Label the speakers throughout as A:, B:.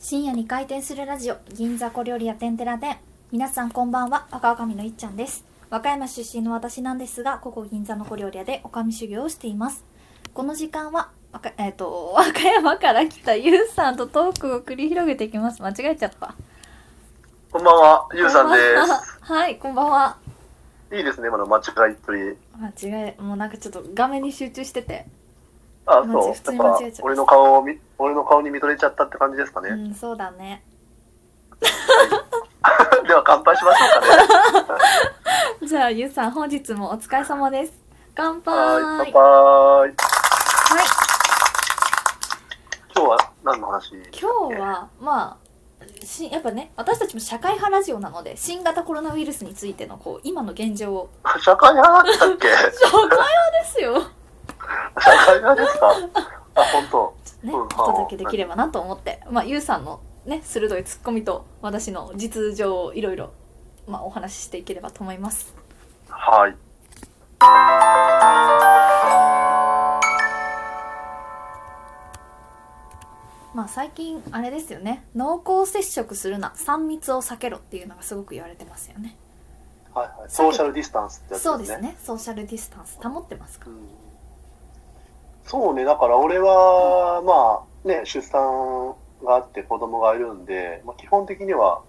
A: 深夜に開店するラジオ銀座小料理屋てんてらてん皆さんこんばんは若女将のいっちゃんです和歌山出身の私なんですがここ銀座の小料理屋でおかみ修行をしていますこの時間はわかえっ、と和歌山から来たゆうさんとトークを繰り広げていきます間違えちゃった
B: こんばんは、ゆうさんで
A: こばははいこんばんは
B: す。いいですね、今の間違いっぷり。
A: 間違えもうなんかちょっと画面に集中してて
B: あ、
A: 間違
B: そう。
A: 普通に
B: やっ
A: 間違えちゃ
B: ぱ、
A: う
B: 俺の顔を見、俺の顔に見とれちゃったって感じですか
A: う
B: ね。
A: んそうだね
B: では、乾杯しましょうかね。
A: じゃあゆうさん本日もお疲れ様です乾杯
B: はい、乾杯。
A: はい
B: 今日は何の話
A: 今日はまあしやっぱね私たちも社会派ラジオなので新型コロナウイルスについてのこう今の現状を
B: 社会派だった っけ
A: 社会派ですよ、
B: 社会派ですかあ、本当。
A: ね、
B: うん
A: お届けできればなと思って、まあ、ゆうさんのね鋭いツッコミと私の実情をいろいろ、まあ、お話ししていければと思います
B: はい。
A: まあ最近あれですよね濃厚接触するな3密を避けろっていうのがすごく言われてますよね
B: はいはい。ソーシャルディスタンスってやつ
A: そうです。ねソーシャルディスタンス保ってますか
B: うんそうね、だから俺は、まあね、出産があって子供がいるんで、まあ、基本的には、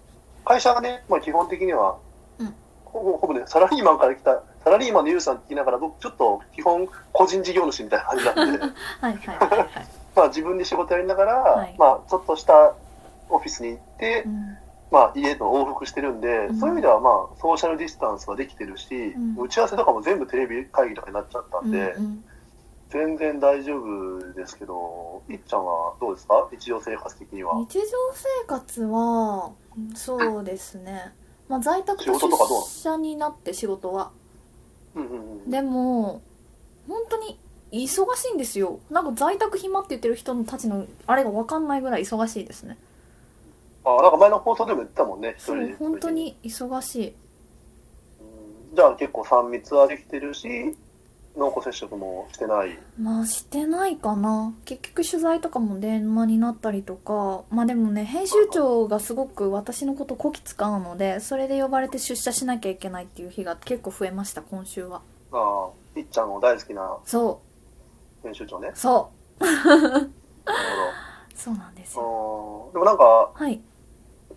B: 会社がね、まあ、基本的には、
A: うん
B: ほぼほぼね、サラリーマンから来た、サラリーマンのユウさん聞きながら、僕ちょっと基本個人事業主みたいな感じなん で、
A: はいはいはいはい、
B: まあ自分で仕事やりながら、
A: はい
B: まあちょっとしたオフィスに行って、
A: うん
B: まあ家と往復してるんで、
A: うん
B: そういう意味ではまあソーシャルディスタンスはできてるし、
A: うん
B: 打ち合わせとかも全部テレビ会議とかになっちゃったんで、
A: うんうん
B: 全然大丈夫ですけど、いっちゃんはどうですか日常生活的には。
A: 日常生活はうんそうですね、まあ、在宅
B: 仕事とかどう
A: 出社になって仕事は
B: うんうんうん。
A: でも本当に忙しいんですよなんか在宅暇って言ってる人たちのあれが分かんないぐらい忙しいですね
B: あ、なんか前の放送でも言ってたもんね、一
A: そ
B: 人
A: う
B: で。
A: 本当。に忙しい
B: うん、じゃあ結構3密はできてるし、濃厚接触もしてない。
A: まあしてないかな結局取材とかも電話になったりとかまあでもね編集長がすごく私のことこき使うのでそれで呼ばれて出社しなきゃいけないっていう日が結構増えました今週は
B: ああ、いっちゃんの大好きな
A: そ
B: 編集長ね
A: う。そう
B: なる
A: そうなんです
B: ほ
A: よ。
B: ど。うんでもなんか、
A: はい。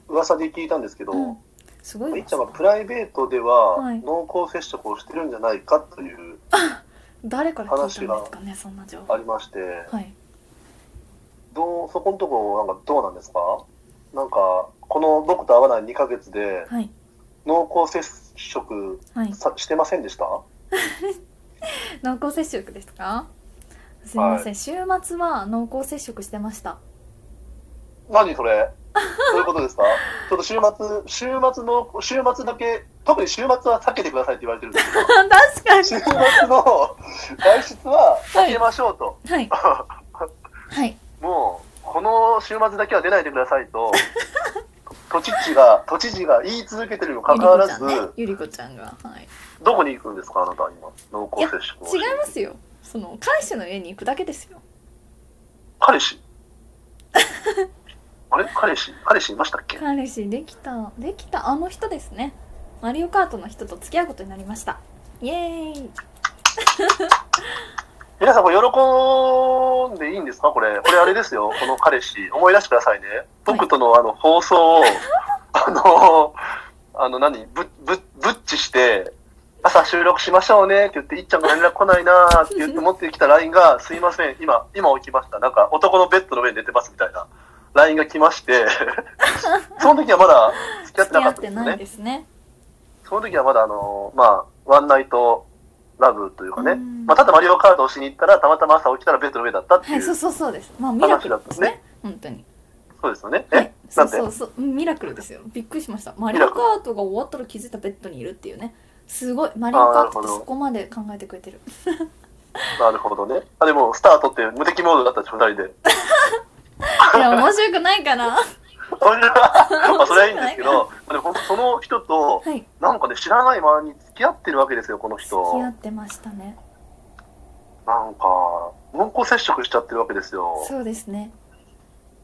B: 噂で聞いたんですけど、
A: うん。すごいわ
B: いっちゃんがプライベートでは
A: はい
B: 濃厚接触をしてるんじゃないかという、
A: 誰から聞いたんですかね、そんな情報。
B: ありまして、
A: はい。
B: どうそこのとこなんかどうなんですかなんかこの僕と会わない2ヶ月で
A: はい。
B: 濃厚接触
A: はい。
B: さしてませんでした
A: 濃厚接触ですかすいません、週末は濃厚接触してま した。
B: 何それそういうことですかちょっと週末週末の週末だけ特に週末は避けてくださいって言われてるんです けど
A: 確か
B: 週末の外出は避けましょうと、
A: に。はい。はい。
B: もうこの週末だけは出ないでくださいと都知事が都知事が言い続けてるにもかかわらず、
A: ゆりこちゃんね。ゆりこちゃんが。はい。
B: どこに行くんですかあなたは今濃厚接触をして
A: 違いますよ。その、彼氏の家に行くだけですよ。
B: 彼氏 あれ彼氏彼氏いましたっけ
A: 彼氏できた、できたあの人ですね。マリオカートの人と付き合うことになりました。イエーイ
B: 皆さんこれ喜んでいいんですかこれ。これあれですよ。この彼氏。思い出してくださいね。僕とのあの放送を、 あの、あの何、ぶ、ぶ、ぶっちして、朝収録しましょうねって言って、いっちゃんが連絡来ないなーって言って持ってきた LINE が、すいません、今、今起きました。なんか男のベッドの上に寝てますみたいな LINE が来まして、 その時はまだ付き合って
A: 付
B: な
A: き合
B: かっ
A: った
B: んで
A: て
B: すよ
A: ない
B: ね。
A: ですね。
B: その時はまだあの、まあ、ワンナイトラブというかね、
A: うん
B: まあ、ただマリオカートをしに行ったら、たまたま朝起きたらベッドの上だったって
A: はいい、
B: う、
A: そ
B: そう
A: そうそうです。まあ、ミラクルですね。
B: 話だ
A: 本当に。
B: うですよね。
A: は
B: え
A: い、そうそうそう、うんミラクルですよ。びっくりしました。マリオカートが終わったら気づいたベッドにいるっていうね。すごい、マリオカートってそこまで考えてくれてる。
B: なるほどね。あ、でも、スタートって無敵モードだったんでしょ、二人で。
A: いや、面白くないかな。は
B: 俺は、まあ、それはいいんですけど、でも、その人と、
A: い、付
B: なんかね、知らない間に付き合ってるわけですよ、この
A: き
B: 人。
A: 合ってましたね。
B: なんか、濃厚接触しちゃってるわけですよ。
A: そうですね。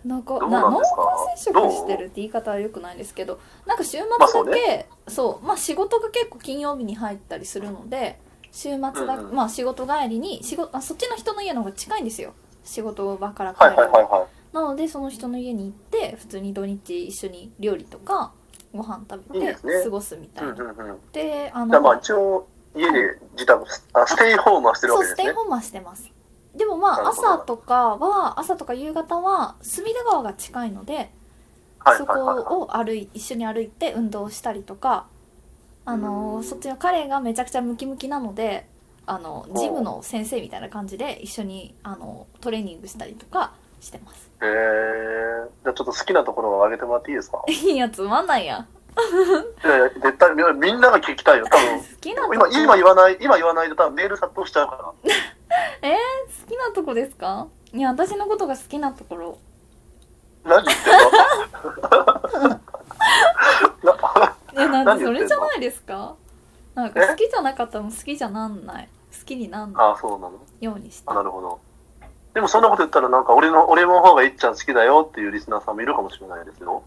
A: 濃厚
B: どう
A: な
B: なん
A: 濃
B: ですか
A: 厚接触してるって言い方は良くないですけどなんか週末だけ、
B: まあそう
A: そうまあ仕事が結構金曜日に入ったりするので週末だ、
B: うんうん
A: まあ仕事帰りに仕事あそっちの人の家の方が近いんですよ仕事場から帰
B: は
A: る
B: い
A: の
B: はいはいは
A: なのでその人の家に行って普通に土日一緒に料理とかご飯食べ
B: いい
A: て
B: ですね
A: 過ごすみた
B: い。
A: いうな。
B: んうんうん。
A: であ
B: じゃあま
A: の
B: あ一応、家で自宅、あステイホームはしてるわ
A: そうス
B: けです
A: テイ
B: ね。
A: ホームはしてますでもま
B: な
A: あ
B: るほど
A: 朝とかは朝とか夕方は隅田川が近いので
B: はい
A: そ
B: はいはいはい。
A: こを歩い一緒に歩いて運動したりとかあ
B: う
A: の
B: ん
A: そっちの彼がめちゃくちゃムキムキなのであのジムの先生みたいな感じで一緒にあのトレーニングしたりとかしてます
B: えー、じゃあちょっと好きなところを挙げてもらっていいですか
A: いいやつまんないやん
B: いやいや、絶対みんなみんなが聞きたいよ。
A: 好
B: 多分、
A: きな とこ
B: 今、今言わない、今言わないと多分メール殺到しちゃうから。
A: 好きなとこですかいや私のことが好きなところ
B: 何言ってんの
A: い
B: な
A: やなん
B: 何
A: でそ
B: 言ってん
A: れ
B: の
A: じゃないですかなんか好きじゃなかったらもう好きじゃなんない好きになんない
B: ああ、そうなの。
A: ようにした
B: あなるほど。でもそんなこと言ったら、なんか俺の、俺の方がいっちゃん好きだよっていうリスナーさんもいるかもしれないですよ。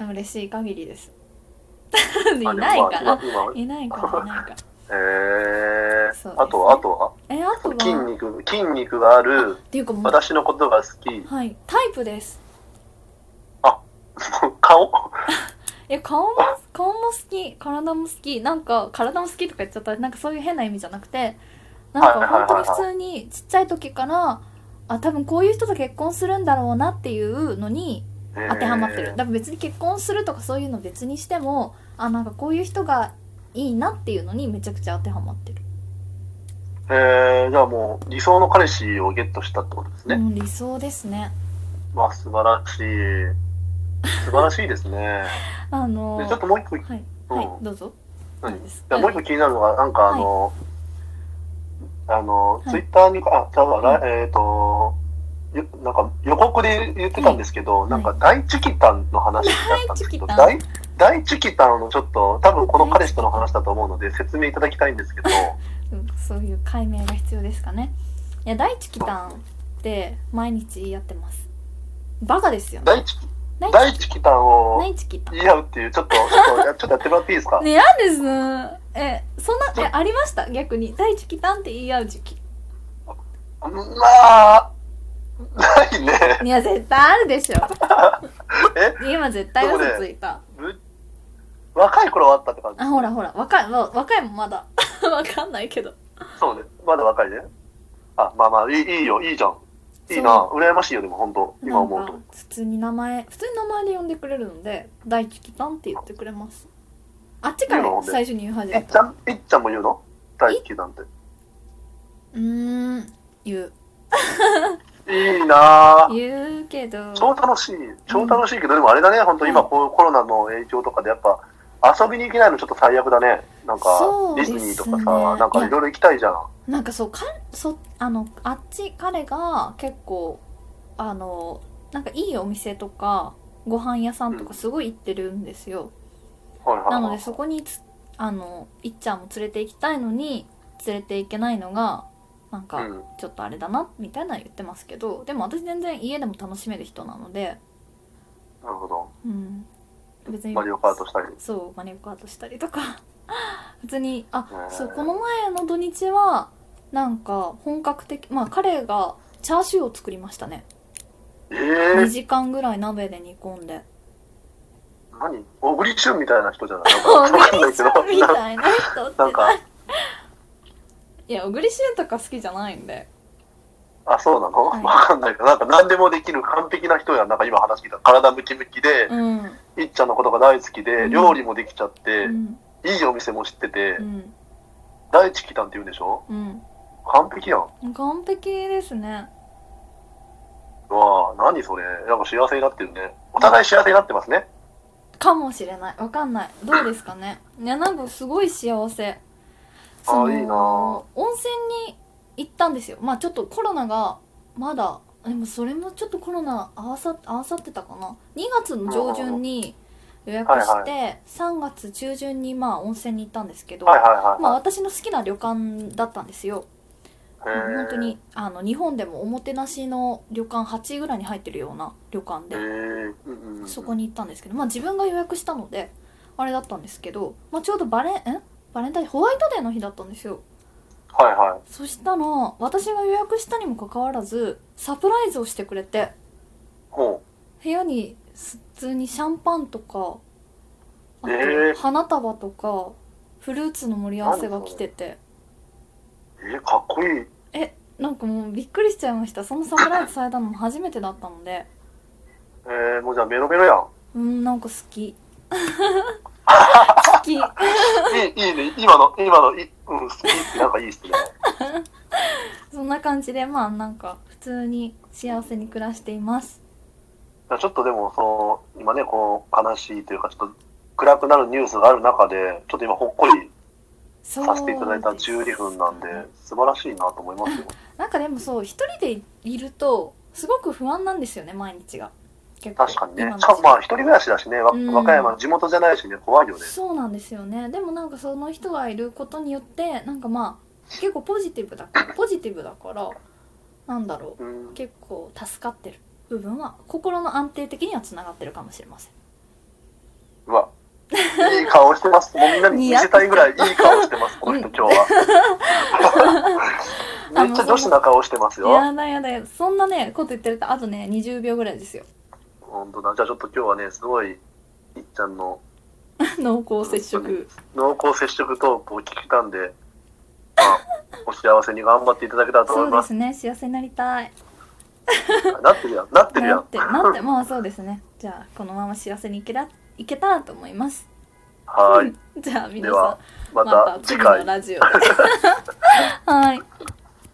A: 嬉しい限り です
B: い
A: いないから
B: 今、今
A: いないからいない から
B: え
A: そう
B: ー
A: ですね
B: あとは、あとは
A: えあと
B: その筋
A: はっ
B: 肉、筋肉がある、
A: ていうかもう
B: 私のことが好き、
A: はいタイプです
B: 顔
A: いや顔も顔も好き体も好きなんか体も好きとか言っちゃったらなんかそういう変な意味じゃなくてなんか本当に普通にちっちゃい時からあ多分こういう人と結婚するんだろうなっていうのに当てはまってる、
B: えー
A: だから別に結婚するとかそういうの別にしてもあなんかこういう人がいいなっていうのにめちゃくちゃ当てはまってる、
B: えーじゃあもう理想の彼氏をゲットしたってことですね。
A: うん理想ですね
B: まあ素晴らしい。素晴らしいですね。
A: あの
B: で
A: ー
B: ちょっともう一個、
A: はい
B: うん
A: はいどうぞ
B: 何
A: 何です
B: いやもう一個気になるのが、なんかあの、あの、
A: はい
B: ツイッターに、あ、じゃあ、えっ、と、よなんか予告で言ってたんですけど、
A: い
B: なんか大チキタンの話だったんですけど、
A: 大
B: 大大チキタンのちょっと、多分この彼氏との話だと思うので説明いただきたいんですけど、
A: うんそういう解明が必要ですかねいや大地キタンって毎日やってますバカですよね
B: 大チキ、大チキタンを
A: 大地キタン
B: 言い合うっていう、ちょっと、ちょっと、ちょっとやってもらっていいですか、
A: ねやですえそんなえありました逆に大地キタンって言い合う時 期
B: まあ、ないね。
A: いや絶対あるでしょ
B: え
A: 今絶対嘘ついた
B: ぶ若い頃はあったって感じ。
A: あほらほら若いわ若いもんまだ わかんないけど
B: そうね。まだ若いね。あ、まあまあ、いいいいよ、いいじゃん。いいな。羨ましいよ、でも本当今
A: なん
B: 思う
A: か
B: と。
A: 普通に名前普通に名前で呼んでくれるので大地キタンって言ってくれますあっちから最初に言い始
B: い
A: め
B: っちゃ
A: た
B: ん、いっちゃんも言うの大好きなんて。
A: うーん言う
B: いいなぁ。
A: 言うけど
B: 超楽しい。超楽しいけど、でもあれだね、本当今こうコロナの影響とかでやっぱ、遊びに行けないのちょっと最悪だね。なんか
A: そ、う
B: デ
A: です
B: ィズ
A: ね
B: ニーとかさ、なんかいろいろ行きたいじゃん。
A: なんかそうかそあのあっち彼が結構あのなんかいいお店とかご飯屋さんと
B: う
A: か
B: ん
A: すごい行ってるんですよ、
B: はいはい
A: なの
B: は
A: で
B: い。
A: そこにつあのいっちゃんも連れて行きたいのに連れて行けないのがなん
B: う
A: か
B: ん。
A: ちょっとあれだなみたいなの言ってますけどでも私全然家でも楽しめる人なので
B: なるほど。
A: うん別に
B: マリオカートしたり。
A: そうマリオカートしたりとか 普通にあ
B: ねえ
A: そうこの前の土日はなんか本格的まあ彼がチャーシューを作りましたね
B: え
A: 2
B: ぇ、
A: 時間ぐらい鍋で煮込んで
B: 何小栗旬みたいな人じゃない
A: 小
B: なんかわかんな
A: 栗
B: いけど
A: 旬みたいな人って
B: なんか、
A: いや小栗旬とか好きじゃないんで
B: あ、そうなの
A: はい
B: わかんないけど、なんか何でもできる完璧な人やん。なんか今話聞いた。体ムキムキで、
A: うん
B: いっちゃんのことが大好き
A: う
B: で、
A: ん
B: 料理もできちゃって
A: う、ん
B: いいお店も知ってて
A: う、ん
B: 大地来たんって言うんでしょ
A: う
B: 完璧やん。
A: ん完璧ですね
B: うわぁ、何それ。なんか幸せになってるね。お互い幸せになってますね。
A: かもしれないわかんないどうですかねいやなんかすごい幸せ
B: あいいなぁ
A: 温泉に行ったんですよまあちょっとコロナがまだでもそれもちょっとコロナ合わさ合わさってたかな2月の上旬に予約し
B: は
A: て、3月中旬にまあ温泉に行ったんですけど、
B: はいはいはい
A: まあ
B: は
A: 私の好きな旅館だったんですよ
B: い。
A: 本当にあの日本でもおもてなしの旅館8位ぐらいに入ってるような旅館
B: え
A: で
B: うんうん、
A: そこに行ったんですけど、まあ、自分が予約したのであれだったんですけど、まあ、ちょうどバレんバレンタインホワイトデーの日だったんですよ
B: はいは
A: そしたら私が予約したにもかかわらずサプライズをしてくれて
B: いほ
A: 部屋にす普通にシャンパンとかあ
B: えー
A: と花束とかフルーツの盛り合わせが来てて
B: うえー、かっこいい
A: なんかもうびっくりしちゃいましたそのサプライズされたのも初めてだったので
B: えー、もうじゃあメロメロやん
A: うんなんか好き 好き
B: いいいいね今の今のい、うん、好きなんかいいっすね
A: そんな感じでまあなんか普通に幸せに暮らしています
B: いやちょっとでも、その、今ね、こう、悲しいというか、ちょっと暗くなるニュースがある中で、ちょっと今、ほっこり
A: そう
B: させていただいた12分なんで、素晴らしいなと思いますよ。
A: なんかでもそう一人でいるとすごく不安なんですよね毎日が結構
B: 確かに
A: 今
B: ね。
A: の
B: しかも、まあ、一人暮らしだしね、わ
A: うん
B: 和歌山、地元じゃないしね、怖いよね。
A: そうなんですよねでもなんかその人がいることによってなんかまあ結構ポジティブだポジティブだからなんだろ
B: うん
A: う。結構助かってる部分は心の安定的にはつながってるかもしれません
B: うわ。いい顔してます。もうみんなに見せたいぐらいいい顔してます、この人、今日 は。めっちゃ女子な顔してますよ。
A: やだやだやだそんなねこと言ってるとあとね20秒ぐらいですよ
B: 本当だ。じゃあ、ちょっと今日はね、すごい、いっちゃんの、
A: 濃厚接触
B: 濃厚接触トークを聞けたんで、まあ、お幸せに頑張っていただけたらと思
A: そ
B: いうま。
A: ですすね幸せになりたい
B: なってるやん、なってるや
A: なっ
B: ん。
A: てなってまあそうですねじゃあこのまま幸せにいけらいけたらと思います
B: はーい。
A: じゃあ皆
B: で
A: さ
B: は、ま
A: んま
B: た
A: た
B: 次
A: 次の
B: 回。
A: ラジオで はい